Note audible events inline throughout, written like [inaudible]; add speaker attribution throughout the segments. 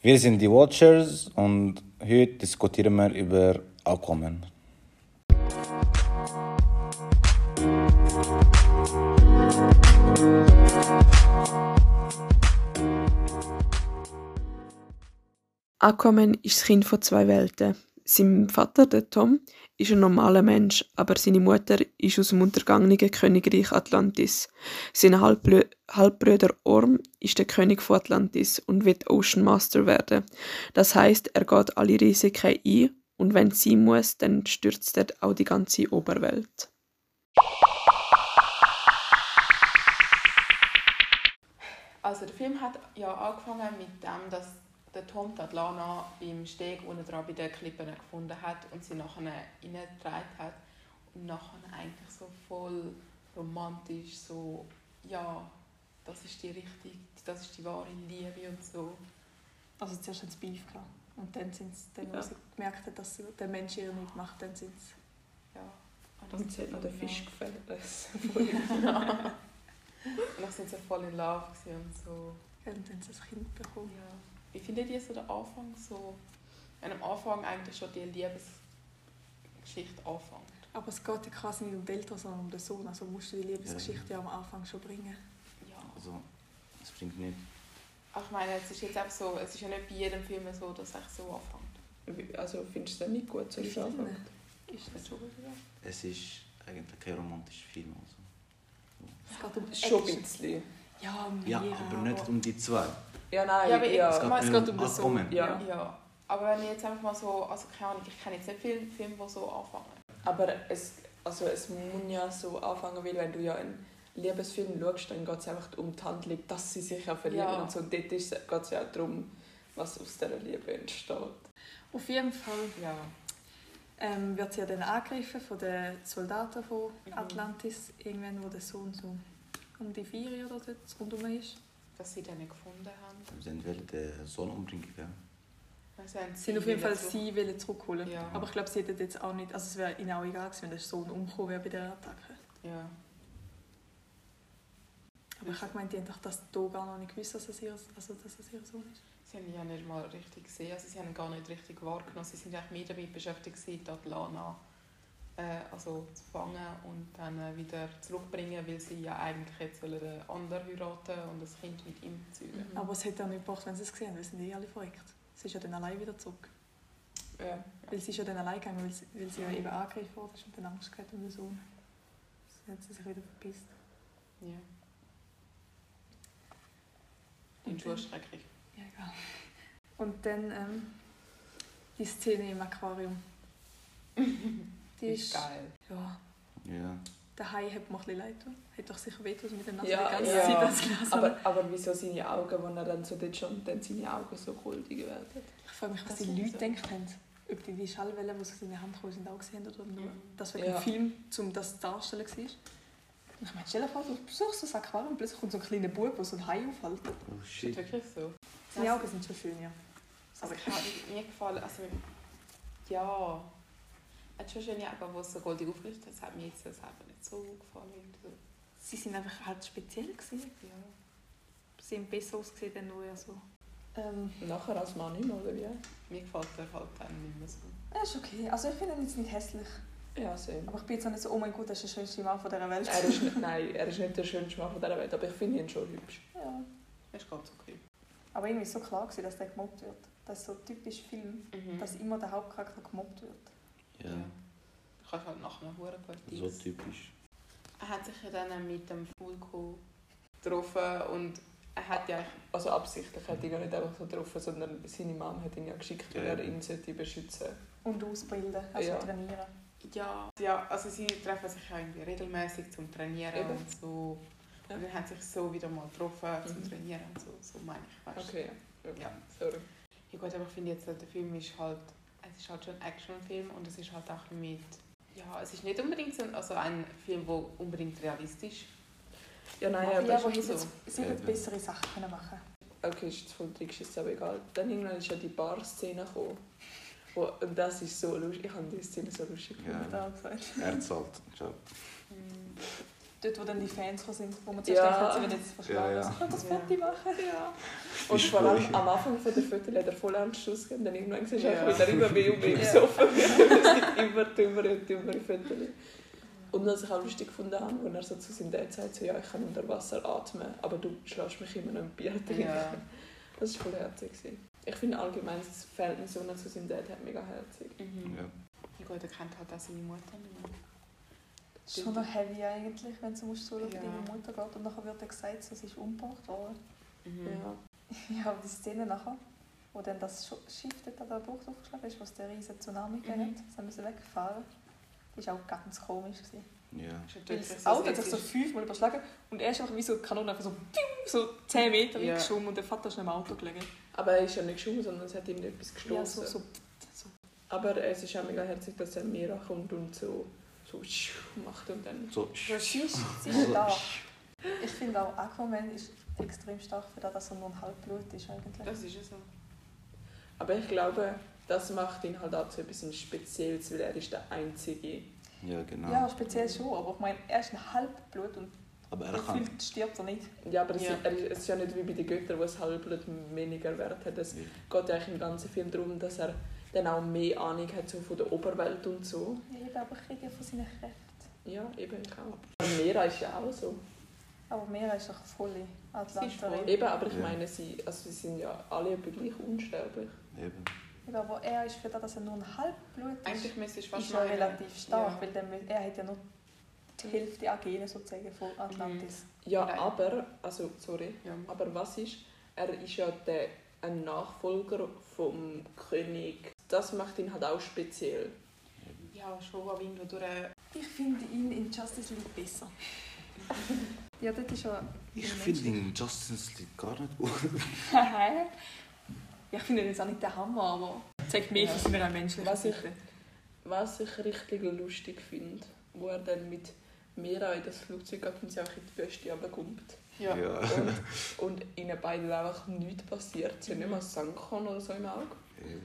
Speaker 1: Wir sind die Watchers und heute diskutieren wir über Aquaman.
Speaker 2: Aquaman ist das Kind von zwei Welten. Sein Vater, der Tom, ist ein normaler Mensch, aber seine Mutter ist aus dem untergangenen Königreich Atlantis. Sein Halbbrü Halbbrüder Orm ist der König von Atlantis und wird Ocean Master werden. Das heißt, er geht alle Risiken ein und wenn es sein muss, dann stürzt er auch die ganze Oberwelt.
Speaker 3: Also der Film hat ja angefangen mit dem, dass der Tom die Lana beim Steg unten dran bei den Klippen gefunden hat und sie nachher reingetragen hat. Und nachher eigentlich so voll romantisch, so, ja, das ist die richtige, das ist die wahre Liebe und so.
Speaker 4: Also zuerst haben sie Beef gehabt. Und dann sind sie, dann,
Speaker 2: Ja.
Speaker 4: als sie gemerkt haben, dass der Mensch ihr nicht macht, dann sind sie...
Speaker 3: Ja.
Speaker 5: Und sie hat noch den
Speaker 3: Ja.
Speaker 5: Fisch gefällt.
Speaker 3: Ja. und dann sind sie voll in Love gewesen und so. Oh
Speaker 4: Und dann haben sie ein Kind bekommen.
Speaker 3: Ja. Wie findet ihr so den Anfang so? Wenn am Anfang eigentlich schon die Liebesgeschichte anfängt.
Speaker 4: Aber es geht ja quasi nicht um die Eltern, sondern um den Sohn. Also musst du die Liebesgeschichte ja am Anfang schon bringen.
Speaker 3: Ja.
Speaker 1: Also, es bringt nicht.
Speaker 3: Aber ich meine, es ist jetzt einfach so, es ist ja nicht bei jedem Film so, dass es echt so anfängt.
Speaker 5: Also findest du das nicht gut, so wie es
Speaker 4: Filmen.
Speaker 5: anfängt?
Speaker 3: Ist das schon gut, oder?
Speaker 1: Es ist eigentlich kein romantischer Film. Also.
Speaker 4: Es geht um
Speaker 5: Schon ein
Speaker 4: Action.
Speaker 5: bisschen.
Speaker 4: Ja, mega.
Speaker 1: Ja, aber nicht um die zwei.
Speaker 5: Ja, nein,
Speaker 3: Ja,
Speaker 5: ja.
Speaker 3: aber ich-
Speaker 1: Es
Speaker 3: geht
Speaker 1: nicht
Speaker 3: geht
Speaker 1: um
Speaker 3: um den Sohn.
Speaker 1: Aquaman.
Speaker 5: Ja.
Speaker 3: Ja. Aber wenn ich jetzt einfach mal so, also keine Ahnung, ich kenne jetzt nicht viele Filme, die so anfangen.
Speaker 5: Aber es, also es muss ja so anfangen, weil wenn du ja einen Liebesfilm schaust, dann geht es einfach um die Handlung, dass sie sich ja verlieben
Speaker 3: Ja.
Speaker 5: und so. Und dort geht es ja auch darum, was aus dieser Liebe entsteht.
Speaker 4: Auf jeden Fall
Speaker 3: Ja.
Speaker 4: ähm, wird sie ja dann angegriffen von den Soldaten von
Speaker 3: Mhm.
Speaker 4: Atlantis. Irgendwann, wo der Sohn so um die vier oder so rundherum ist.
Speaker 3: Dass sie den nicht gefunden haben.
Speaker 1: Sie sind halt, äh, will den Sohn umbringen, gell?
Speaker 3: Also haben
Speaker 4: Sie sind auf jeden Fall
Speaker 3: wieder
Speaker 4: sie wollen zurückholen.
Speaker 3: Ja.
Speaker 4: Aber ich glaube, sie hätten jetzt auch nicht... Also es wäre ihnen auch egal gewesen, wenn der Sohn umgekommen wäre bei dieser Attacke.
Speaker 3: zurück- Ja.
Speaker 4: Aber ich habe gemeint, die haben doch das hier gar noch nicht gewusst, dass es ihr, also, dass es ihr Sohn ist.
Speaker 3: Sie haben ihn ja nicht mal richtig gesehen, also sie haben ihn gar nicht richtig wahrgenommen. Sie sind eigentlich mehr damit beschäftigt, gewesen, die Lana äh, also zu fangen und dann äh, wieder zurückbringen, weil sie ja eigentlich jetzt wollen einen anderen heiraten und das Kind mit ihm zeugen.
Speaker 5: Mhm.
Speaker 4: Aber es hätte auch nicht gebracht, wenn sie es gesehen haben, weil sie sind eh alle verrückt. Sie ist ja dann allein wieder zurück.
Speaker 5: Ja.
Speaker 4: Weil sie ist ja dann allein gegangen, weil sie, weil sie ja eben angegriffen wurde und dann Angst gehabt um den Sohn. Dann hat sie sich wieder verpisst.
Speaker 3: Ja. Und schon schrecklich.
Speaker 4: Ja, egal. Und dann ähm, die Szene im
Speaker 5: [laughs]
Speaker 4: Aquarium. Die
Speaker 3: Ist
Speaker 4: ist...
Speaker 3: geil.
Speaker 4: Ja,
Speaker 1: Ja.
Speaker 4: der Hai hat mir ein bisschen leid getan. Hat doch sicher wehtun mit der Nase
Speaker 5: Ja,
Speaker 4: also die ganze
Speaker 5: ja.
Speaker 4: Zeit das Glas.
Speaker 5: Aber, aber wieso seine Augen, wenn er dann so dort schon dann seine Augen so kultig werden?
Speaker 4: Ich frage mich, was
Speaker 3: Das
Speaker 4: die
Speaker 3: finde ich
Speaker 4: Leute
Speaker 3: so.
Speaker 4: gedacht haben. Ob die die Schallwellen, die aus seiner Hand gekommen sind, auch gesehen haben oder nur
Speaker 3: Mhm.
Speaker 4: das wegen
Speaker 5: Ja.
Speaker 4: dem Film, um das zu darstellen war. Und ich meine, stell dir vor, du besuchst so ein Aquarium und plötzlich kommt so ein kleiner Bub, der so ein Hai aufhält.
Speaker 1: Oh
Speaker 3: Ist das
Speaker 1: shit.
Speaker 3: wirklich so?
Speaker 4: Seine Augen sind schon schön, ja.
Speaker 3: Also
Speaker 4: [laughs]
Speaker 3: ich habe mir gefallen, also ja, hat schon schöne Augen, wo es so goldig aufgerichtet hat. Das hat mir jetzt selber nicht so gut gefallen. irgendwie so.
Speaker 4: Sie sind einfach halt speziell. Gewesen.
Speaker 3: Ja.
Speaker 4: Sie haben besser ausgesehen als nur ja so. Ähm,
Speaker 5: Nachher als Mann nicht mehr, oder wie?
Speaker 3: Mir gefällt er halt dann nicht mehr so.
Speaker 4: ja, ist okay. Also ich finde ihn jetzt nicht hässlich.
Speaker 5: Ja, same.
Speaker 4: Aber ich bin jetzt auch nicht so, oh mein Gott, das ist der schönste Mann von dieser Welt.
Speaker 5: Er ist nicht, nein, er ist nicht der schönste Mann von dieser Welt, aber ich finde ihn schon hübsch.
Speaker 4: [laughs] Ja.
Speaker 3: Das ist ganz okay.
Speaker 4: Aber irgendwie ist so klar, gewesen, dass der gemobbt wird. Das ist so typisch Film,
Speaker 3: Mhm.
Speaker 4: dass immer der Hauptcharakter gemobbt wird.
Speaker 1: Ja.
Speaker 3: Du kannst halt nachher eine hohe Partie.
Speaker 1: So typisch.
Speaker 3: Er hat sich ja dann mit dem Fulco getroffen und er hat ja
Speaker 5: Also absichtlich hat ihn ja nicht einfach so getroffen, sondern seine Mom hat ihn ja geschickt, weil
Speaker 1: Ja.
Speaker 5: er ihn sollte beschützen
Speaker 4: Und ausbilden, also
Speaker 5: Ja.
Speaker 4: trainieren.
Speaker 3: ja, ja, also sie treffen sich ja irgendwie regelmäßig zum Trainieren
Speaker 5: Eben.
Speaker 3: und so.
Speaker 5: Ja.
Speaker 3: Und dann haben sie sich so wieder mal getroffen zum
Speaker 5: Mhm.
Speaker 3: Trainieren und so, so meine ich, weißt
Speaker 5: Okay, ja.
Speaker 3: Ja.
Speaker 5: Sorry.
Speaker 3: Ja gut, aber ich finde jetzt, der Film ist halt, es ist halt schon ein Actionfilm und es ist halt auch mit, ja, es ist nicht unbedingt so, also ein Film, der unbedingt realistisch
Speaker 5: Ja, nein,
Speaker 4: Ja,
Speaker 5: aber
Speaker 4: ja,
Speaker 5: ja,
Speaker 4: wo
Speaker 3: ist
Speaker 4: hätte
Speaker 3: so.
Speaker 4: sie
Speaker 1: Eben.
Speaker 4: hätte bessere Sachen können machen
Speaker 5: okay, ist jetzt voll dreigeschissen, aber egal. Dann irgendwann ist ja die Bar-Szene gekommen. Wo, und das ist so lustig. Ich habe die Szene so lustig
Speaker 1: Ja.
Speaker 5: gefunden.
Speaker 4: können.
Speaker 3: Mhm.
Speaker 1: Er zahlt. Ciao.
Speaker 4: Dort, wo dann die Fans gekommen sind, wo man zuerst
Speaker 5: Ja.
Speaker 4: denkt, sie werden jetzt verschlagen.
Speaker 1: Ja, ja.
Speaker 4: Also ich kann das
Speaker 5: Ja.
Speaker 4: fertig machen.
Speaker 5: Ja. Und
Speaker 1: Ist
Speaker 5: vor allem
Speaker 1: voll.
Speaker 5: am Anfang von der Viertel hat er voll an den Schuss gegeben, dann irgendwann siehst du
Speaker 3: Ja.
Speaker 5: einfach wieder immer mehr und mehr
Speaker 4: Ja.
Speaker 5: besoffen. [laughs] Es gibt immer dümmere und dümmere Viertel. Und was ich auch lustig gefunden habe, wenn er so zu seinem Dad sagt, so, ja, ich kann unter Wasser atmen, aber du schlägst mich immer noch ein Bier trinken.
Speaker 3: Ja.
Speaker 5: Das war voll herzig. gewesen. Ich finde allgemein das Verhältnis Sohn zu seinem Dad hat mega herzig.
Speaker 3: Mhm. Ja gut, er kennt halt auch seine Mutter nicht mehr.
Speaker 4: Das ist schon noch heavy eigentlich, wenn es um so
Speaker 3: Ja.
Speaker 4: ja. deine Mutter geht. Und nachher wird dann gesagt, so, sie ist umgebracht worden. Mhm.
Speaker 5: Ja.
Speaker 4: Ja, aber die Szene nachher, wo dann das Scho- Schiff dort an der Bucht aufgeschlagen ist, wo es den riesen Tsunami gegeben
Speaker 3: Mhm.
Speaker 4: hat, sie müssen wegfahren, die war auch ganz komisch. Gewesen.
Speaker 1: Ja.
Speaker 3: Ist ja
Speaker 4: Weil
Speaker 3: tödlich,
Speaker 4: das
Speaker 3: so
Speaker 4: Auto hat
Speaker 3: es
Speaker 4: sich so
Speaker 3: ist.
Speaker 4: fünfmal überschlagen und er ist einfach wie so eine Kanone, einfach so, piu, so 10 Meter
Speaker 3: Ja.
Speaker 4: weggeschoben und der Vater ist noch im Auto gelegen.
Speaker 5: Aber er ist ja nicht geschoben, sondern es hat ihm etwas gestoßen.
Speaker 4: Ja, so, so, so.
Speaker 5: Aber es ist auch mega herzig, dass er mir kommt und so, so macht und dann.
Speaker 1: So,
Speaker 4: Sie ist,
Speaker 1: [laughs]
Speaker 4: sie ist da. Ich finde auch Aquaman ist extrem stark für das, dass er nur ein Halbblut ist eigentlich.
Speaker 3: Das ist ja so.
Speaker 5: Aber ich glaube, das macht ihn halt auch zu etwas Spezielles, weil er ist der Einzige.
Speaker 1: ja, genau.
Speaker 4: Ja, speziell schon, aber ich meine, er ist ein Halbblut und
Speaker 1: Aber er kann.
Speaker 4: gefühlt stirbt er nicht.
Speaker 5: Ja, aber es,
Speaker 3: Ja.
Speaker 5: Er ist, es ist ja nicht wie bei den Göttern, wo es halbblut weniger Wert hat. Es geht ja eigentlich im ganzen Film darum, dass er dann auch mehr Ahnung hat so von der Oberwelt und so.
Speaker 4: Ja, eben, aber ich kriege ja von seinen Kräften.
Speaker 5: Ja, eben, ich auch. Aber Mera ist ja auch so.
Speaker 4: Aber Mera ist doch volle Atlanterin.
Speaker 3: Sie ist voll.
Speaker 5: Eben, aber ich
Speaker 1: Ja.
Speaker 5: meine, sie, also sie sind ja alle etwa gleich unsterblich.
Speaker 1: Eben.
Speaker 4: Eben, aber er ist für das, dass er nur ein Halbblut ist,
Speaker 3: Eigentlich müsste ich fast
Speaker 4: ist er
Speaker 3: meinen-
Speaker 4: relativ stark,
Speaker 3: Ja.
Speaker 4: weil dann, er hat ja Mhm. nur die Hälfte der Gene sozusagen von Atlantis.
Speaker 5: Ja,
Speaker 3: Nein.
Speaker 5: aber, also, sorry.
Speaker 3: Ja.
Speaker 5: Aber was ist, er ist ja der, ein Nachfolger vom König. Das macht ihn halt auch speziell.
Speaker 3: Ja, schon, aber irgendwo durch. eine-
Speaker 4: Ich finde ihn in Justice League besser. [laughs] ja, das ist ja... [laughs]
Speaker 1: Ich finde den Justice League gar nicht gut.
Speaker 4: Nein. ja, ich finde ihn jetzt auch nicht der Hammer, aber zeigt mehr
Speaker 5: Ja.
Speaker 4: von seiner menschlichen
Speaker 5: Was ich-
Speaker 4: Seite.
Speaker 5: Was ich richtig lustig finde, wo er dann mit Mira in das Flugzeug geht und sie auch in die Wüste runterkommt.
Speaker 3: Ja. ja.
Speaker 5: [laughs] Und, und ihnen beiden einfach nichts passiert. Sie haben nicht mal Sankon oder so im Auge.
Speaker 1: Eben.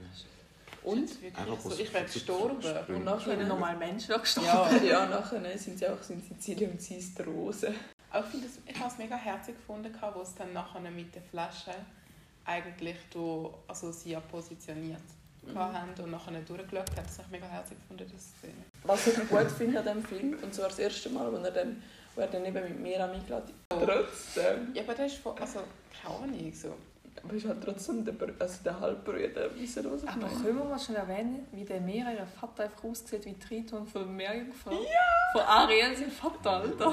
Speaker 5: Und,
Speaker 3: Wirklich so, ich wäre gestorben.
Speaker 5: und
Speaker 4: Ich bin ein
Speaker 5: nachher,
Speaker 4: normaler Mensch, der gestorben
Speaker 5: ja, ja, nachher sind sie einfach so in Sizilien und sie ist die Rose.
Speaker 3: Aber ich, finde das- ich habe es mega herzig gefunden, wo es dann nachher mit der Flasche eigentlich durch, also sie ja positioniert
Speaker 5: Mhm.
Speaker 3: haben und nachher durchgeschaut haben. Das habe ich mega herzig gefunden, das Szene.
Speaker 5: Was ich gut finde an diesem Film, und zwar das erste Mal, wo er dann, wo er dann eben mit Mira eingeladen ist. Trotzdem.
Speaker 3: Ja, aber das ist voll, also keine Ahnung. So.
Speaker 5: Aber ist halt trotzdem der, Br- also der Halbbruder, wisst ihr, was ich
Speaker 4: Aber
Speaker 5: meine?
Speaker 4: können wir mal schon erwähnen, wie der Mera, ihr Vater, einfach aussieht wie Triton von Meerjungfrau?
Speaker 5: Ja!
Speaker 4: Von Ariel, sein Vater, Alter.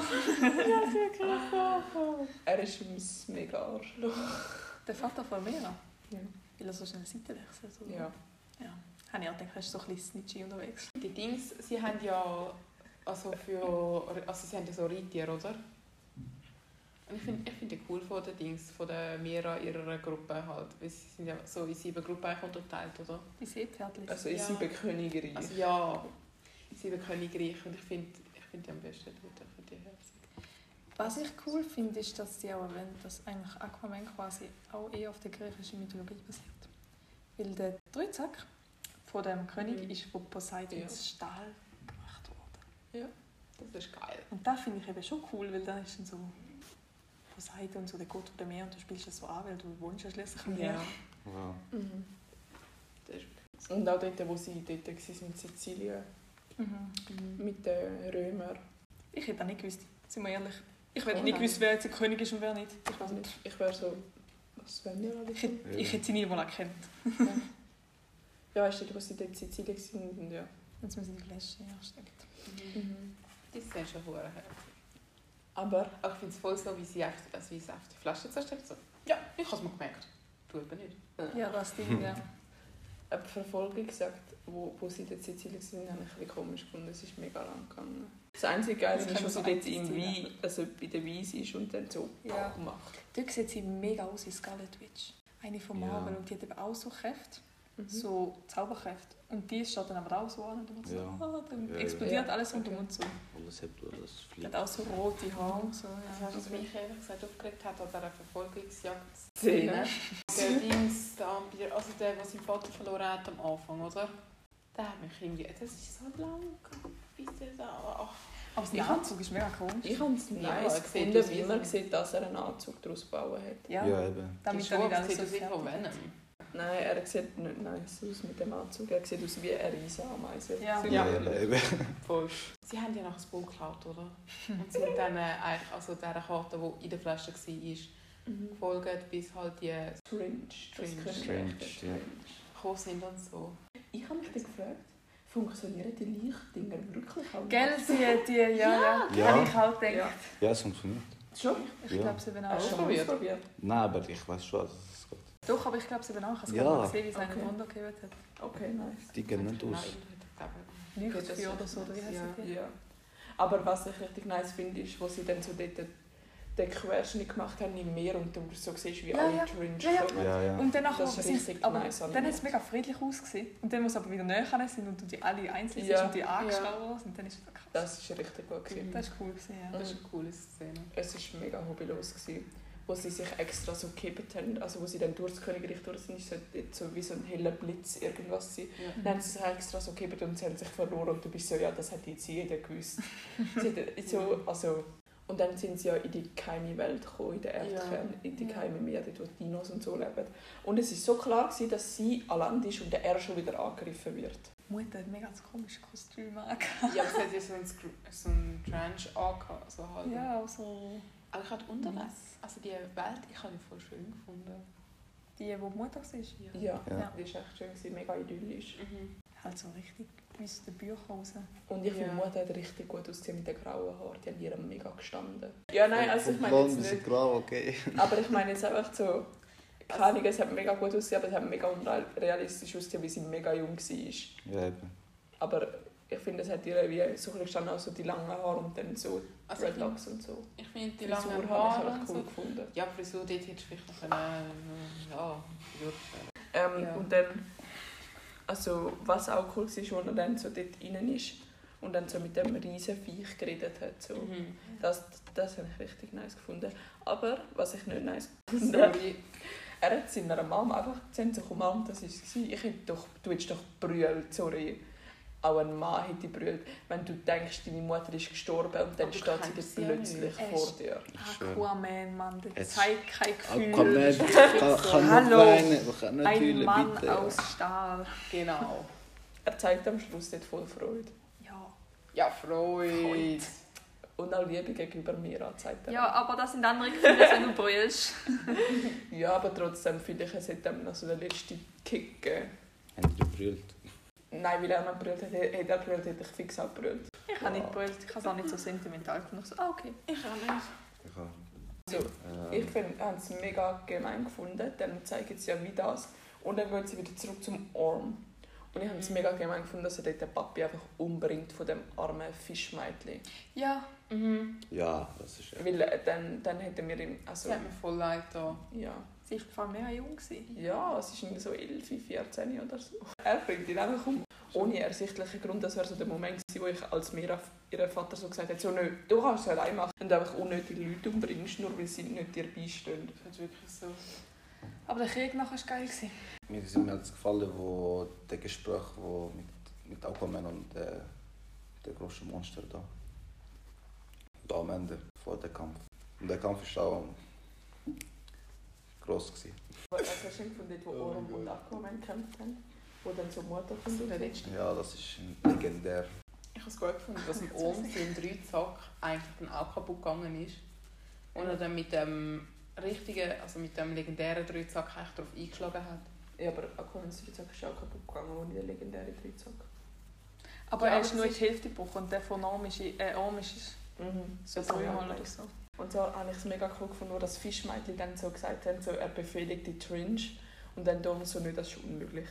Speaker 5: Er ist ein mega Arschloch.
Speaker 4: Der Vater von Mera?
Speaker 5: Ja.
Speaker 4: Weil er so schnell Seite wechselt. oder?
Speaker 5: Ja.
Speaker 4: ja. Habe ich auch gedacht, er ist so ein bisschen snitchy unterwegs.
Speaker 3: Die Dings, sie haben ja, also für, also sie haben ja so Reittiere, oder? Und ich finde ich find die cool von den Dings, von der Mira ihrer Gruppe halt. Weil sie sind ja so in sieben Gruppen eigentlich unterteilt, oder?
Speaker 4: Die Seepferdchen.
Speaker 5: Also ist sie
Speaker 3: Ja.
Speaker 5: bei Königreich.
Speaker 3: Also ja, sieben Königreich und ich finde ich find die am besten gut, ich finde die herzig.
Speaker 4: Was ich cool finde, ist, dass sie auch erwähnt, dass eigentlich Aquaman quasi auch eher auf der griechischen Mythologie basiert. Weil der Dreizack von dem König
Speaker 3: Mhm.
Speaker 4: ist von Poseidon
Speaker 5: Ja.
Speaker 4: aus Stahl gemacht worden.
Speaker 3: Das ist geil.
Speaker 4: Und das finde ich eben schon cool, weil dann ist dann so Poseidon, so der Gott von dem Meer und du spielst das so an, weil du wohnst ja schließlich am Meer.
Speaker 5: Ja.
Speaker 1: Wow.
Speaker 3: Das ist
Speaker 5: mhm. Und auch dort, wo sie dort waren, in Sizilien,
Speaker 4: Mhm.
Speaker 5: mit den Römern.
Speaker 4: Ich hätte auch nicht gewusst, sind wir ehrlich. Ich hätte
Speaker 5: Oh
Speaker 4: nicht
Speaker 5: nein.
Speaker 4: gewusst, wer jetzt der König ist und wer nicht. Ich,
Speaker 5: Also
Speaker 4: weiß nicht.
Speaker 5: ich wäre so, was wollen wir alle?
Speaker 4: ich, hätte,
Speaker 1: Ja.
Speaker 4: ich hätte sie nie mal erkannt.
Speaker 5: Ja, ist dort, wo sie dort in Sizilien waren. Ja.
Speaker 4: Jetzt müssen die Flasche herstellen.
Speaker 3: Das ist ja schon hure herzig.
Speaker 5: Aber
Speaker 3: Aber ich finde es voll so, wie sie einfach, also wie sie auf die Flasche zerstört. So, ja, ich habe es mir gemerkt. Du eben nicht.
Speaker 4: Ja, das
Speaker 1: Hm.
Speaker 4: Ding, ja.
Speaker 5: eine Verfolgung gesagt, wo, wo sie dort in Sizilien waren, habe ich ein bisschen komisch gefunden. Es ist mega lang gegangen. Das einzige Geile
Speaker 4: Das
Speaker 5: ist,
Speaker 4: kann
Speaker 5: wo
Speaker 4: so
Speaker 5: sie dort
Speaker 4: einzig
Speaker 5: in
Speaker 4: sein,
Speaker 5: Wein, also bei der Weise ist und dann so
Speaker 4: Ja.
Speaker 5: gemacht.
Speaker 4: Dort sieht sie mega aus wie Scarlet Witch. Eine von
Speaker 1: Ja.
Speaker 4: Marvel und die hat eben auch so Kräfte,
Speaker 5: Mhm.
Speaker 4: so Zauberkräfte. Und die steht dann aber auch so an und du machst
Speaker 1: Ja.
Speaker 4: so, ah, dann
Speaker 1: Ja, ja.
Speaker 4: explodiert
Speaker 5: Ja.
Speaker 4: alles um unter
Speaker 5: Okay.
Speaker 4: dem Mund so.
Speaker 1: Alles hebt alles
Speaker 4: Die
Speaker 1: fliegt.
Speaker 4: hat auch so rote Haare und so. Ja.
Speaker 3: Also, Was mich ehrlich gesagt aufgeregt hat an dieser Verfolgungsjagd-Szene, der
Speaker 5: Szene.
Speaker 3: Dings da am Bier, also der, der seinen Vater verloren hat am Anfang, oder? Der hat mich irgendwie, das ist so lang, gegangen, bis der da, ach,
Speaker 4: Aber das
Speaker 5: Ich-
Speaker 4: Nachzug ist mega komisch.
Speaker 5: Ich habe es
Speaker 3: es
Speaker 5: nice
Speaker 3: sieht
Speaker 5: gefunden,
Speaker 3: aus
Speaker 5: wie
Speaker 3: wie
Speaker 5: man
Speaker 3: so-
Speaker 5: sieht, dass er einen Anzug daraus gebaut hat.
Speaker 4: Ja,
Speaker 1: Ja, eben.
Speaker 4: damit
Speaker 3: Die
Speaker 4: er
Speaker 3: Schuhe
Speaker 4: nicht alles
Speaker 3: sieht
Speaker 4: so
Speaker 3: aus wie von
Speaker 4: fertig ist.
Speaker 3: Venom.
Speaker 5: Nein, er sieht nicht nice aus mit dem Anzug. Er sieht aus wie eine Riesenameise.
Speaker 4: Ja.
Speaker 1: Ja, eben.
Speaker 3: Voll. Sie haben ja noch das Buch geklaut, oder? Und sind dann äh, eigentlich also dieser Karte, die in der Flasche war,
Speaker 5: Mhm.
Speaker 3: gefolgt, bis halt die
Speaker 5: Strange. Das
Speaker 3: Strange.
Speaker 5: könnte
Speaker 1: Strange,
Speaker 5: echt
Speaker 1: ja.
Speaker 5: strange.
Speaker 3: gekommen sind und so.
Speaker 5: Ich habe mich dann gefragt, funktionieren die Lichtdinger wirklich auch?
Speaker 4: Gell, die, die, ja, ja.
Speaker 1: Ja.
Speaker 4: Habe ich halt gedacht.
Speaker 5: Ja.
Speaker 1: Ja, es funktioniert.
Speaker 5: Schon?
Speaker 4: Ich
Speaker 1: Ja.
Speaker 4: glaube, sie eben
Speaker 5: Hast du
Speaker 4: auch.
Speaker 5: schon mal
Speaker 3: Ausprobiert.
Speaker 5: ausprobiert?
Speaker 1: Nein, aber ich weiß schon, also, dass es geht.
Speaker 4: Doch, aber ich glaube, sie eben auch. Ich habe
Speaker 1: Ja.
Speaker 4: ja. gesehen, wie sie einen
Speaker 5: Okay.
Speaker 4: Wunder gehört hat.
Speaker 5: Okay, nice.
Speaker 1: Die gehen nicht aus.
Speaker 4: Leuchtfeuer
Speaker 5: das-
Speaker 4: oder so, oder wie heisst
Speaker 3: ja.
Speaker 4: die?
Speaker 5: Ja. Aber was ich richtig nice finde, ist, wo sie dann so dort den Querschnitt gemacht haben im Meer und du so siehst, wie
Speaker 4: Ja,
Speaker 5: alle
Speaker 4: ja.
Speaker 5: Strange
Speaker 4: Ja, ja.
Speaker 5: kommen.
Speaker 1: Ja, ja.
Speaker 4: Und danach
Speaker 5: Das ist
Speaker 4: sie-
Speaker 5: richtig
Speaker 4: aber
Speaker 5: nice
Speaker 4: Dann hat
Speaker 5: animiert.
Speaker 4: es mega friedlich ausgesehen. Und dann, wo sie aber wieder näher gekommen sind und du die alle einzeln
Speaker 5: Ja.
Speaker 4: siehst und die angeschaut hast, und dann ist es krass. Das,
Speaker 5: Das war richtig gut. Gewesen.
Speaker 3: Mhm.
Speaker 4: ist cool gewesen, ja.
Speaker 3: Das ist eine coole Szene.
Speaker 5: Es war mega hobbylos. Gewesen, wo sie sich extra so gekippt haben. Also wo sie dann durchs Königreich durch sind, ist es halt so wie so ein heller Blitz irgendwas. Gewesen.
Speaker 3: Ja.
Speaker 5: Dann haben sie sich halt extra so gekippt und sie haben sich verloren. Und du bist so, ja, das hat jetzt jeder gewusst. sie hat, [laughs] so, also, und dann sind sie ja in die geheime Welt gekommen, in den Erdkern, in die
Speaker 4: Ja.
Speaker 5: geheime Meer, dort wo die Dinos und so leben. Und es ist so klar, gewesen, dass sie an Land ist und er schon wieder angegriffen wird.
Speaker 4: Die Mutter hat mega das komische Kostüm an.
Speaker 3: Ja, es hat ja so einen, Scr- so einen Trench angehabt. So halb.
Speaker 4: Ja, also, auch so.
Speaker 3: Aber ich habe die Unterwäsche, also die Welt, ich habe die voll schön gefunden.
Speaker 4: Die, die die Mutter
Speaker 3: Ja.
Speaker 4: war.
Speaker 5: Ja,
Speaker 1: Ja.
Speaker 5: das ist echt schön, gewesen, mega idyllisch.
Speaker 3: Mhm.
Speaker 4: Halt so richtig wie aus den Büchern raus.
Speaker 5: Und ich finde,
Speaker 3: Ja.
Speaker 5: Mutter hat richtig gut ausgesehen mit den grauen Haaren. Die haben ihr mega gestanden. Ja, nein, also ich meine
Speaker 1: Blond
Speaker 5: jetzt
Speaker 1: bis
Speaker 5: nicht.
Speaker 1: grau, okay.
Speaker 5: Aber ich meine jetzt einfach so...
Speaker 3: Also,
Speaker 5: Keine Ahnung, es hat mega gut ausgesehen, aber es hat mega unrealistisch ausgesehen, weil sie mega jung war.
Speaker 1: Ja,
Speaker 4: Hm.
Speaker 1: eben.
Speaker 5: Aber ich finde, es hat ihr wie so ein bisschen gestanden, auch so die langen Haare und dann so
Speaker 3: Also ich
Speaker 5: Dreadlocks und so.
Speaker 3: finde- ich finde die
Speaker 5: Frisur
Speaker 3: langen
Speaker 5: habe
Speaker 3: Haare
Speaker 5: ich
Speaker 3: und
Speaker 5: echt halt cool
Speaker 3: so.
Speaker 5: gefunden.
Speaker 3: Ja, die Frisur, dort hättest du vielleicht noch können, äh, ja, würfeln.
Speaker 5: Ähm,
Speaker 3: Ja.
Speaker 5: Und dann, also was auch cool war, als er dann so dort rein ist und dann so mit dem riesen Viech geredet hat. So.
Speaker 3: Mhm.
Speaker 5: Das, das habe ich richtig nice gefunden. Aber was ich nicht nice gefunden habe,
Speaker 3: Sorry.
Speaker 5: er hat seiner Mom einfach, sie haben sich umarmt, das war es. Ich hätte doch, du hättest doch brüllt, sorry. Auch ein Mann hätte brüllt, wenn du denkst, deine Mutter ist gestorben und dann
Speaker 3: Aber du
Speaker 5: steht sie
Speaker 3: kennst
Speaker 5: dir
Speaker 3: sie ja
Speaker 5: plötzlich
Speaker 4: nicht.
Speaker 5: vor dir.
Speaker 1: schön.
Speaker 4: Ah, Aquaman, Mann, der
Speaker 1: Jetzt-
Speaker 4: zeigt kein Gefühl.
Speaker 1: Aquaman kann, kann
Speaker 4: Hallo.
Speaker 1: nicht weinen, man kann nicht
Speaker 4: Ein
Speaker 1: heulen,
Speaker 4: Mann
Speaker 1: bitte.
Speaker 4: aus Stahl.
Speaker 3: Genau.
Speaker 5: Er zeigt am Schluss dort voll Freude.
Speaker 4: Ja.
Speaker 3: Ja, Freud.
Speaker 4: Freud.
Speaker 5: Und auch Liebe gegenüber mir zeigt er.
Speaker 4: ja, aber das sind andere Gefühle, als wenn du brüllst.
Speaker 5: ja, aber trotzdem finde ich, es hätte ihm noch so den letzten Kick gegeben.
Speaker 1: Haben die gebrüllt.
Speaker 5: Nein, weil er noch brüllt hat, hätte er brüllt, hätte ich fix auch brüllt.
Speaker 4: Ich habe nicht gebrüllt, ich habe es auch nicht so sentimental gefunden. Ich so, ah, okay.
Speaker 3: Ich auch nicht.
Speaker 1: Ich kann-
Speaker 5: So,
Speaker 1: Ähm,
Speaker 5: Ich finde, haben es mega gemein gefunden. Dann zeigen sie ja wie das. Und dann gehen sie wieder zurück zum Orm. Und ich habe es
Speaker 3: Mhm.
Speaker 5: mega gemein gefunden, dass er dort den Papi einfach umbringt von dem armen Fischmädchen.
Speaker 4: Ja,
Speaker 3: Mhm.
Speaker 1: ja, das ist ja.
Speaker 5: Weil äh, dann, dann hätten wir ihn. Also,
Speaker 3: Das hat mir voll leid getan.
Speaker 5: ja.
Speaker 4: sie war vor allem mega jung. gewesen.
Speaker 5: ja, es ist irgendwie so 11, 14 oder so. Er bringt ihn einfach um. Ohne ersichtlichen Grund. Das wäre so der Moment gewesen, wo ich als Mira ihrem Vater so gesagt hätte: so, nö, du kannst es allein machen. Und einfach unnötige Leute umbringst, nur weil sie nicht dir beistehen.
Speaker 3: Das ist wirklich so.
Speaker 4: Aber der Krieg nachher war geil. Gewesen.
Speaker 1: Mir sind mir jetzt gefallen, wo der Gespräch wo mit, mit Aquaman und äh, der großen Monster da. Da am Ende, vor dem Kampf. Und der Kampf war auch groß. Gewesen.
Speaker 5: Was hast du gefunden, wo
Speaker 1: Oh
Speaker 5: Orum
Speaker 1: mein
Speaker 5: und
Speaker 1: Gott.
Speaker 5: Aquaman gekämpft haben? Wo dann so Mutter von
Speaker 3: Der
Speaker 5: der
Speaker 3: letzte.
Speaker 1: Ja, das ist legendär.
Speaker 3: Ich habe es gut gefunden, [laughs] dass im Ohm sein Dreizack eigentlich dann auch kaputt gegangen ist. Und er dann mit dem richtigen, also mit dem legendären Dreizack eigentlich darauf eingeschlagen hat.
Speaker 5: Ja, aber Aquamans Dreizack ist auch kaputt gegangen ohne den legendären Dreizack.
Speaker 4: Aber
Speaker 5: Ja,
Speaker 4: er
Speaker 5: aber
Speaker 4: ist
Speaker 5: das
Speaker 4: nur die
Speaker 5: ist-
Speaker 4: Hälfte gebrochen und der von Arm ist, äh, Arm ist
Speaker 5: Mhm.
Speaker 4: so dreimal oder so.
Speaker 5: Und da habe ich es mega cool gefunden, wo das Fischmädchen dann so gesagt haben, so er befehligt die Tringe. Und dann darum so nicht, das ist unmöglich.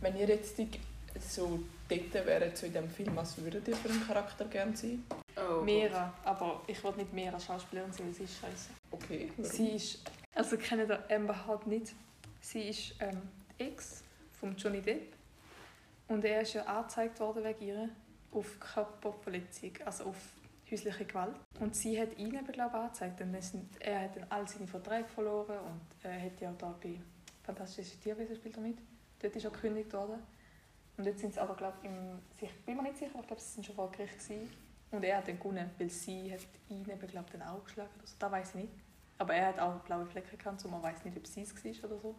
Speaker 5: Wenn ihr jetzt die, so dort wäret, so in diesem Film, was würdet ihr für einen Charakter gerne sein?
Speaker 3: Oh,
Speaker 4: Mera, aber ich wollte nicht Mera Schauspielerin sein, weil sie ist scheiße.
Speaker 5: Okay. warum?
Speaker 4: Sie ist, also kennen da Amber Hart nicht. Sie ist ähm, die Ex von Johnny Depp und er ist ja angezeigt worden wegen ihr auf Körperverletzung, also auf häusliche Gewalt. Und sie hat ihn eben glaube ich angezeigt und dann sind, er hat dann all seine Verträge verloren und er hat ja da bei Fantastische Tierwesen spielt er mit. Dort ist er gekündigt worden. Und jetzt sind sie aber, glaube ich, ich bin mir nicht sicher, aber ich glaube, sie sind schon vor Gericht gewesen. Und er hat dann gewonnen, weil sie hat ihn eben, glaube ich, den Auge geschlagen oder so. Das weiß ich nicht. Aber er hat auch blaue Flecken gehabt, so man weiß nicht, ob sie es war oder so.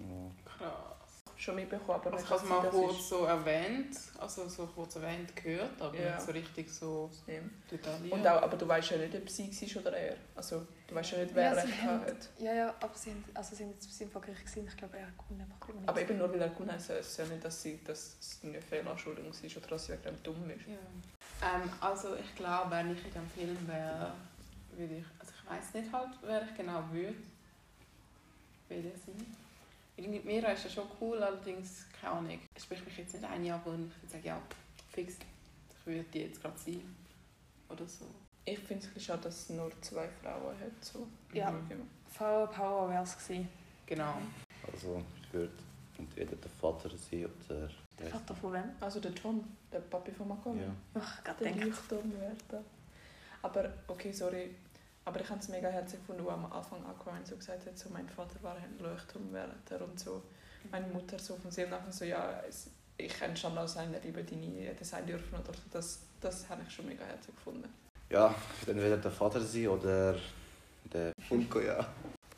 Speaker 1: Ja.
Speaker 3: Krass.
Speaker 5: schon mitbekommen. Aber
Speaker 3: Also ich
Speaker 5: nicht,
Speaker 3: habe es
Speaker 5: dass
Speaker 3: mal
Speaker 5: das
Speaker 3: kurz
Speaker 5: ist-
Speaker 3: so erwähnt, also so kurz erwähnt gehört, aber
Speaker 5: Ja.
Speaker 3: nicht so richtig so
Speaker 5: Ja.
Speaker 3: detailliert.
Speaker 5: Und auch, aber du weißt ja nicht, ob sie war oder er. Also, du weißt ja nicht, wer
Speaker 4: Ja, sie
Speaker 5: recht
Speaker 4: haben-
Speaker 5: hat.
Speaker 4: Ja, ja, aber sie sind, also sie sind, sie sind vor Gericht gewesen. Ich glaube, er hat gewonnen, aber ich bin mir nicht
Speaker 5: Aber eben nur weil er gewonnen hat, heisst es ja nicht, dass, sie, dass es eine Fehlanschuldigung ist oder dass sie wegen dem dumm ist.
Speaker 3: Ja. Ähm, also ich glaube, wenn ich in dem Film wäre, würde ich, also ich weiß nicht halt, wer ich genau würde, will ich sein. Irgendwie Mira ist ja schon cool, allerdings keine Ahnung. Es spricht mich jetzt nicht ein, aber ich würde sagen, ja, fix, ich würde die jetzt gerade sein. Oder so.
Speaker 5: Ich finde es ein bisschen schade, dass es nur zwei Frauen hat. So.
Speaker 4: Ja.
Speaker 5: im Film.
Speaker 4: Frau Power wäre es gewesen.
Speaker 3: Genau.
Speaker 1: Also ich würde entweder der Vater sein oder
Speaker 4: Der
Speaker 1: Weiss
Speaker 4: Vater von wem?
Speaker 5: Also der John, der Papi von Malcolm.
Speaker 1: Ja.
Speaker 4: Ach, gerade
Speaker 5: Der
Speaker 4: denkt.
Speaker 5: Leuchtturm werden. Aber, okay, sorry. Aber ich habe es mega herzig gefunden, wo am Anfang Aquaman so gesagt hat, so mein Vater war ein Leuchtturmwärter und so. Meine Mutter so von sehr nachher so, ja, es, ich entstand aus einer Liebe, die nie hätte sein dürfen oder so. Das, das habe ich schon mega herzig gefunden.
Speaker 1: Ja, ich würde entweder der Vater sein oder der Funko, ja.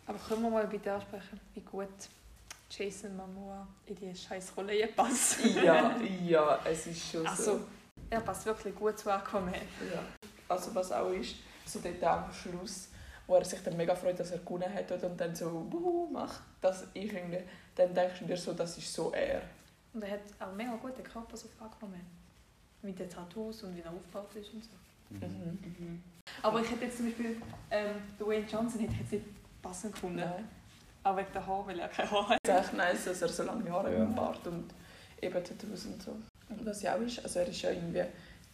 Speaker 4: Aber können wir mal bitte ansprechen, wie gut Jason Momoa in die scheiß Rolle passt.
Speaker 5: ja, es ist
Speaker 4: [laughs]
Speaker 5: schon
Speaker 4: also, er passt wirklich gut zu Aquaman.
Speaker 5: Ja. Also was auch ist, so dort am Schluss, wo er sich dann mega freut, dass er gewonnen hat oder, und dann so «Wuhu» macht, das ist irgendwie, dann denkst du dir so, das ist so er.
Speaker 4: Und er hat auch mega guten Körper so für Aquaman. Mit den Tattoos und wie er aufgebaut ist und so.
Speaker 5: Mhm.
Speaker 3: Mhm.
Speaker 4: Aber ich hätte jetzt zum Beispiel ähm, Dwayne Johnson hätte ich jetzt nicht passend gefunden.
Speaker 5: Nein.
Speaker 4: Auch wegen der Haare, weil er keine Haare hat.
Speaker 5: Es ist echt nice, dass er so lange Jahre
Speaker 1: Ja.
Speaker 5: im Bart und eben Tattoos und so. Und was ja auch ist, also er ist ja irgendwie,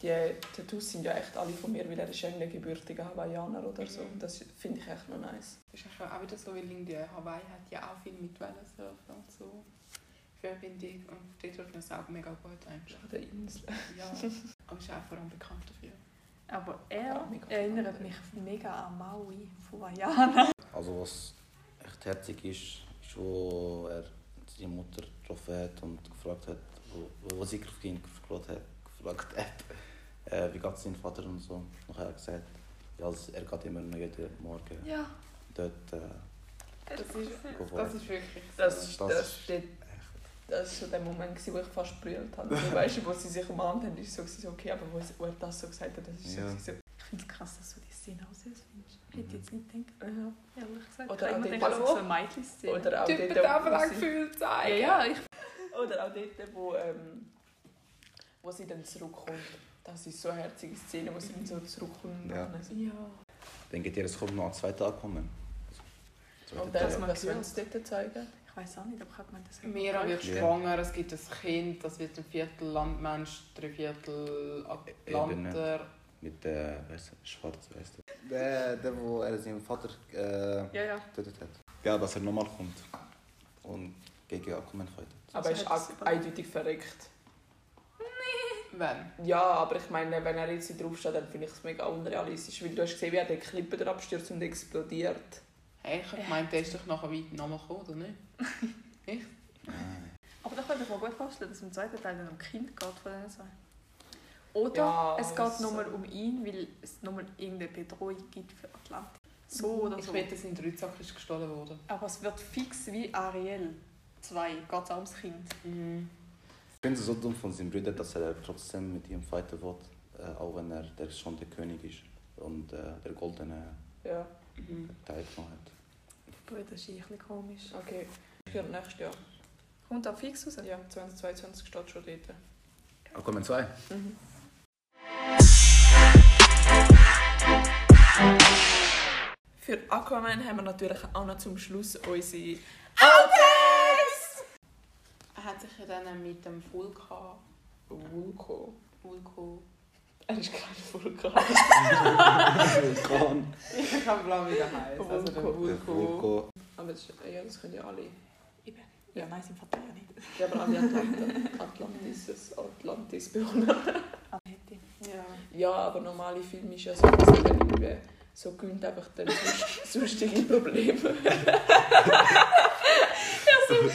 Speaker 5: die Tattoos sind ja echt alle von mir, weil er ist ja irgendwie gebürtiger Hawaiianer oder so. Und das finde ich echt noch nice.
Speaker 3: Das ist auch wieder so, weil in der Hawaii hat ja auch viel mit Wellensurfen und so. Verbindung und dort wird man es auch mega gut eigentlich.
Speaker 5: An der Insel.
Speaker 3: Ja, aber ist auch vor allem bekannt dafür.
Speaker 4: Aber er
Speaker 5: Ja, mega
Speaker 4: erinnert
Speaker 5: spannend.
Speaker 4: mich mega an Maui von Vajana.
Speaker 1: Also was echt herzig ist, ist, wo er seine Mutter getroffen hat und gefragt hat, wo, wo- wo sie auf ihn gefragt hat, gefragt hat [laughs] äh, wie geht es seinem Vater und so. Nachher hat er gesagt, ja, also er geht immer noch jeden Morgen
Speaker 4: [laughs] Ja,
Speaker 1: dort äh,
Speaker 3: Das ist,
Speaker 1: gewohnt.
Speaker 3: das ist wirklich so.
Speaker 5: Das, das,
Speaker 1: Das
Speaker 5: das
Speaker 1: ist
Speaker 5: steht das ist so der Moment, gewesen, wo ich fast gebrüllt habe. So, weißt du, wo sie sich umarmt haben, ist so, gewesen, so okay, aber wo, sie- wo er das so gesagt hat, das ist
Speaker 1: Ja.
Speaker 5: so, gewesen,
Speaker 4: ich finde es krass, dass du die Szene aussiehst. Ich hätte
Speaker 1: Mhm.
Speaker 4: jetzt nicht gedacht,
Speaker 5: so. Ja.
Speaker 4: ehrlich gesagt.
Speaker 5: Oder
Speaker 4: ich
Speaker 5: auch
Speaker 4: hätte
Speaker 5: die
Speaker 4: gedacht, das ist so eine
Speaker 5: Ja.
Speaker 4: Mädchen-Szene.
Speaker 5: Oder auch
Speaker 3: Typen
Speaker 5: dort,
Speaker 3: darf
Speaker 5: wo
Speaker 3: ein
Speaker 5: sie,
Speaker 3: Gefühl
Speaker 4: Ja,
Speaker 3: zeigen.
Speaker 4: ja, ich
Speaker 5: oder auch dort, wo, ähm, wo sie dann zurückkommt. Das ist so eine herzige Szene, wo sie dann so zurückkommt.
Speaker 1: Ja.
Speaker 5: Und dann-
Speaker 3: Ja.
Speaker 1: Dann geht ihr, es kommt noch an zwei Tage kommen. Also,
Speaker 5: Und
Speaker 1: zweiter
Speaker 5: das,
Speaker 4: hat
Speaker 1: Tag.
Speaker 4: man
Speaker 5: das wollen
Speaker 4: gehört.
Speaker 5: sie dort zeigen.
Speaker 4: Ich weiß auch nicht, aber ich habe gemeint, das hat
Speaker 3: Mira wird
Speaker 1: Ja.
Speaker 3: schwanger, es gibt ein Kind, das wird ein Viertel Landmensch, drei Viertel Atlanter.
Speaker 1: mit der weißt du, schwarz, weißt du. Der, der, wo er seinen Vater äh,
Speaker 4: Ja, ja.
Speaker 1: getötet hat. Ja, dass er nochmal kommt und gegen Aquaman fightet.
Speaker 5: Aber er
Speaker 4: hat
Speaker 5: ist
Speaker 4: das
Speaker 5: auch
Speaker 4: überlebt.
Speaker 5: eindeutig verreckt.
Speaker 3: Wenn?
Speaker 5: Ja, aber ich meine, wenn er jetzt draufsteht, dann finde ich es mega unrealistisch, weil du hast gesehen, wie er den Klippen da abstürzt und explodiert.
Speaker 3: Hey, ich habe gemeint, der ist doch nachher weit nochmal gekommen, oder nicht?
Speaker 1: Nein.
Speaker 4: Aber da könnte ich mir gut vorstellen, dass im zweiten Teil dann um Kind geht von diesen zwei. Oder
Speaker 5: Ja,
Speaker 4: es geht
Speaker 5: also-
Speaker 4: nochmal um ihn, weil es nochmal irgendeine Bedrohung gibt für Atlantis. So oder
Speaker 3: ich
Speaker 4: so.
Speaker 3: wette, sein Dreizack ist gestohlen worden.
Speaker 4: Aber es wird fix wie Ariel 2, geht auch ums Kind.
Speaker 1: Ich finde es so dumm von seinem Bruder, dass er trotzdem mit ihm fighten will, äh, auch wenn er der schon der König ist und äh, der goldene
Speaker 5: Ja,
Speaker 3: Mhm.
Speaker 1: Teil genommen hat.
Speaker 4: Boah, das ist ein bisschen komisch.
Speaker 5: okay. Für nächstes Jahr.
Speaker 4: Kommt auch fix raus?
Speaker 5: Ja, 2022 steht schon dort.
Speaker 1: Aquaman 2?
Speaker 5: Für Aquaman haben wir natürlich auch noch zum Schluss unsere
Speaker 3: Outtakes! Er hat sich ja dann mit dem Vulkan,
Speaker 5: Vulko.
Speaker 3: Vulkan,
Speaker 5: Er ist kein Vulkan.
Speaker 1: Vulkan.
Speaker 3: ich habe blau wieder heiß, also der
Speaker 5: Vulko.
Speaker 1: Der
Speaker 3: Vulkan.
Speaker 1: Vulko.
Speaker 5: Aber das, ist- ja, das können ja alle.
Speaker 4: Ja, nein, sind Vater ja nicht.
Speaker 5: Ja, aber alle Atlanten. Atlantis, das Atlantis-Bewohner.
Speaker 4: Aber hätte.
Speaker 3: Ja.
Speaker 5: Ja, aber normale Film ist ja so, dass er dann irgendwie so gönnt einfach dann sonst- sonstige Probleme.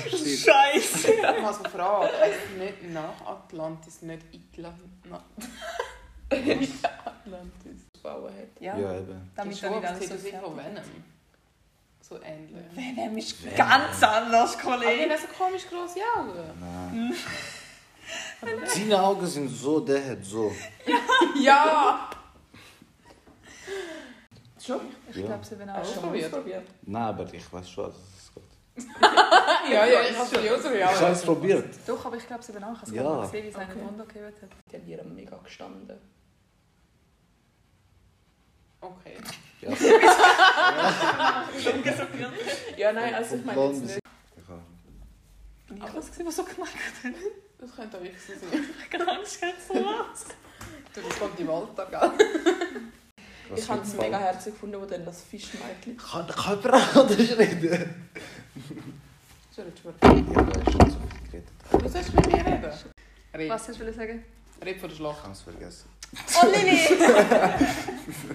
Speaker 4: Scheiße!
Speaker 3: Ich habe mal so eine Frage. es nicht nach Atlantis, nicht Atlantis. Atlantis.
Speaker 5: gebaut hat.
Speaker 4: Ja,
Speaker 1: Ja, eben.
Speaker 3: Das ist
Speaker 4: damit
Speaker 3: schon
Speaker 4: er
Speaker 3: auf der
Speaker 4: nicht alles so
Speaker 3: Seite von
Speaker 4: fertig ist.
Speaker 3: Venom. So ähnlich.
Speaker 4: Venom ist
Speaker 1: Venom.
Speaker 4: ganz anders,
Speaker 3: Aber die
Speaker 4: Kollege.
Speaker 3: haben so komisch grosse Augen.
Speaker 1: Nein. Seine Augen sind so, der hat so.
Speaker 3: Ja!
Speaker 5: Schon?
Speaker 4: Ich
Speaker 1: Ja.
Speaker 4: glaube, sie werden auch
Speaker 3: Auch
Speaker 4: schon
Speaker 3: probiert.
Speaker 5: ausprobiert.
Speaker 1: Nein, aber ich weiß schon, dass es gut
Speaker 3: Ja, ja, ich habe schon so
Speaker 1: Ich habe es
Speaker 4: [laughs]
Speaker 1: probiert.
Speaker 4: Doch, aber ich glaube, sie werden auch. Ich habe
Speaker 1: Ja.
Speaker 4: ja. gesehen, wie es einen
Speaker 5: Okay.
Speaker 4: Mund gegeben hat.
Speaker 5: Die haben ihr mega gestanden.
Speaker 3: Okay.
Speaker 1: Ja.
Speaker 5: Ja, nein, also ich meine jetzt nicht.
Speaker 1: Ja.
Speaker 4: Nico war es, was so gemacht hat.
Speaker 3: Das könnte auch ich so sein.
Speaker 4: [laughs] Ich habe Angst gehabt, so was.
Speaker 3: Du kommt die Walter, gell?
Speaker 1: Was
Speaker 5: Ich habe es
Speaker 1: mir
Speaker 5: mega
Speaker 1: gefallen-
Speaker 5: herzig gefunden, wo dann das Fischmädchen...
Speaker 1: Kann kann jemand anders reden?
Speaker 3: Schon nicht schwör.
Speaker 1: Ja, da ist schon zu viel geredet.
Speaker 3: Was sollst du mit mir reden? Red.
Speaker 4: Was hast du sagen?
Speaker 3: Red vor der
Speaker 1: Ich
Speaker 3: Schlacht.
Speaker 1: habe es vergessen.
Speaker 4: Oh, Lili!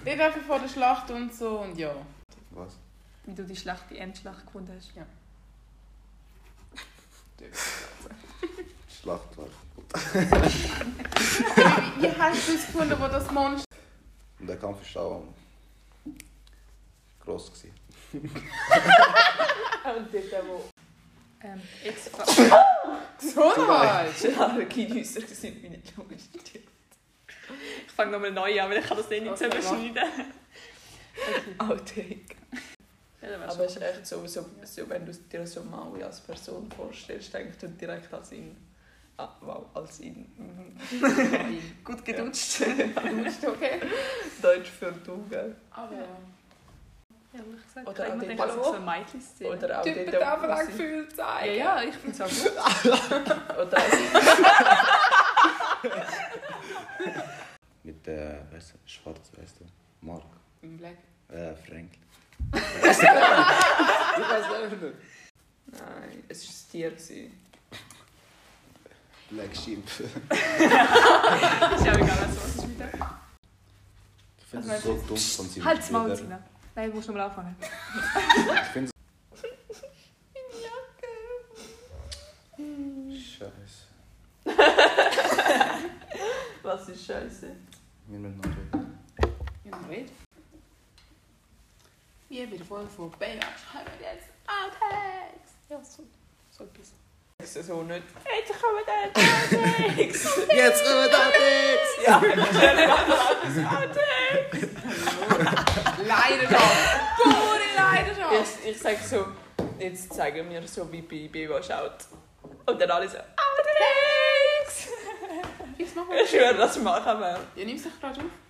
Speaker 3: Red einfach vor der Schlacht und so und ja.
Speaker 1: Was?
Speaker 4: [laughs] Wie du die Schlacht, die Endschlacht gefunden hast.
Speaker 1: Schlacht war.
Speaker 3: [laughs] Wie, wie hast du es gefunden, wo das Monster...
Speaker 1: Und der Kampf war auch gross. Gewesen.
Speaker 5: Und dort, der, wo
Speaker 4: Ähm, ex
Speaker 3: Gesundheit!
Speaker 5: Schilare Kienhäuser sind, bin ich logisch.
Speaker 4: [laughs] Ich fange nochmal neu an, weil ich kann das eh nicht
Speaker 3: Okay,
Speaker 4: zusammenschneiden.
Speaker 5: Outtake. Aber
Speaker 4: Aber
Speaker 5: es ist echt so, so, so wenn du dir so Maui als Person vorstellst, denkst du direkt als ihn. Ah, wow, als ihn. Mhm.
Speaker 4: gut gedutscht.
Speaker 3: Ist okay?
Speaker 5: Deutsch für du, gell?
Speaker 3: Aber ja.
Speaker 4: Ehrlich gesagt.
Speaker 5: Oder
Speaker 4: ich
Speaker 5: an
Speaker 4: immer
Speaker 5: den
Speaker 4: denke, das ist so
Speaker 5: Ballon.
Speaker 4: eine Mädchen-Szene.
Speaker 5: Oder auch
Speaker 3: Typen
Speaker 5: dort,
Speaker 3: darf
Speaker 5: wo
Speaker 3: auch
Speaker 5: sie-
Speaker 3: Gefühl
Speaker 4: Ja,
Speaker 3: zeigen.
Speaker 4: ja, ich finde es auch gut.
Speaker 5: Oder
Speaker 1: Mit äh, der, weißt du, schwarz, weißt du, Mark,
Speaker 3: Im Black.
Speaker 1: äh, Frank. Weißt du, ich weiß auch nicht.
Speaker 5: Nein, es war ein Tier. gewesen.
Speaker 1: Black Sheep.
Speaker 4: ist ja auch egal, was du machst.
Speaker 1: Ich
Speaker 4: Also
Speaker 1: finde es so dumm von seinem
Speaker 4: Halt's Maul,
Speaker 1: Bruder.
Speaker 4: Tina. Nein, du musst nochmal anfangen.
Speaker 1: Ich finde es. Scheiße.
Speaker 5: Was ist scheiße?
Speaker 1: Wir müssen noch reden.
Speaker 3: Ja, red. Wie bei der Folge von Baywatch haben wir jetzt Outtakes. Ja, so. So etwas.
Speaker 5: Ich sehe so nicht.
Speaker 3: Jetzt kommen die [laughs] Outtakes.
Speaker 1: Jetzt kommen wir da nichts!
Speaker 5: Ja,
Speaker 3: Leidenschaft. Pure Leidenschaft.
Speaker 5: ich, ich sage so, jetzt zeigen wir so wie bei Bibo schaut. Und dann alle so, Outtake!
Speaker 3: Jetzt machen wir
Speaker 5: Ich schwöre, das machen wir.
Speaker 3: Ja, nimm sich gerade auf.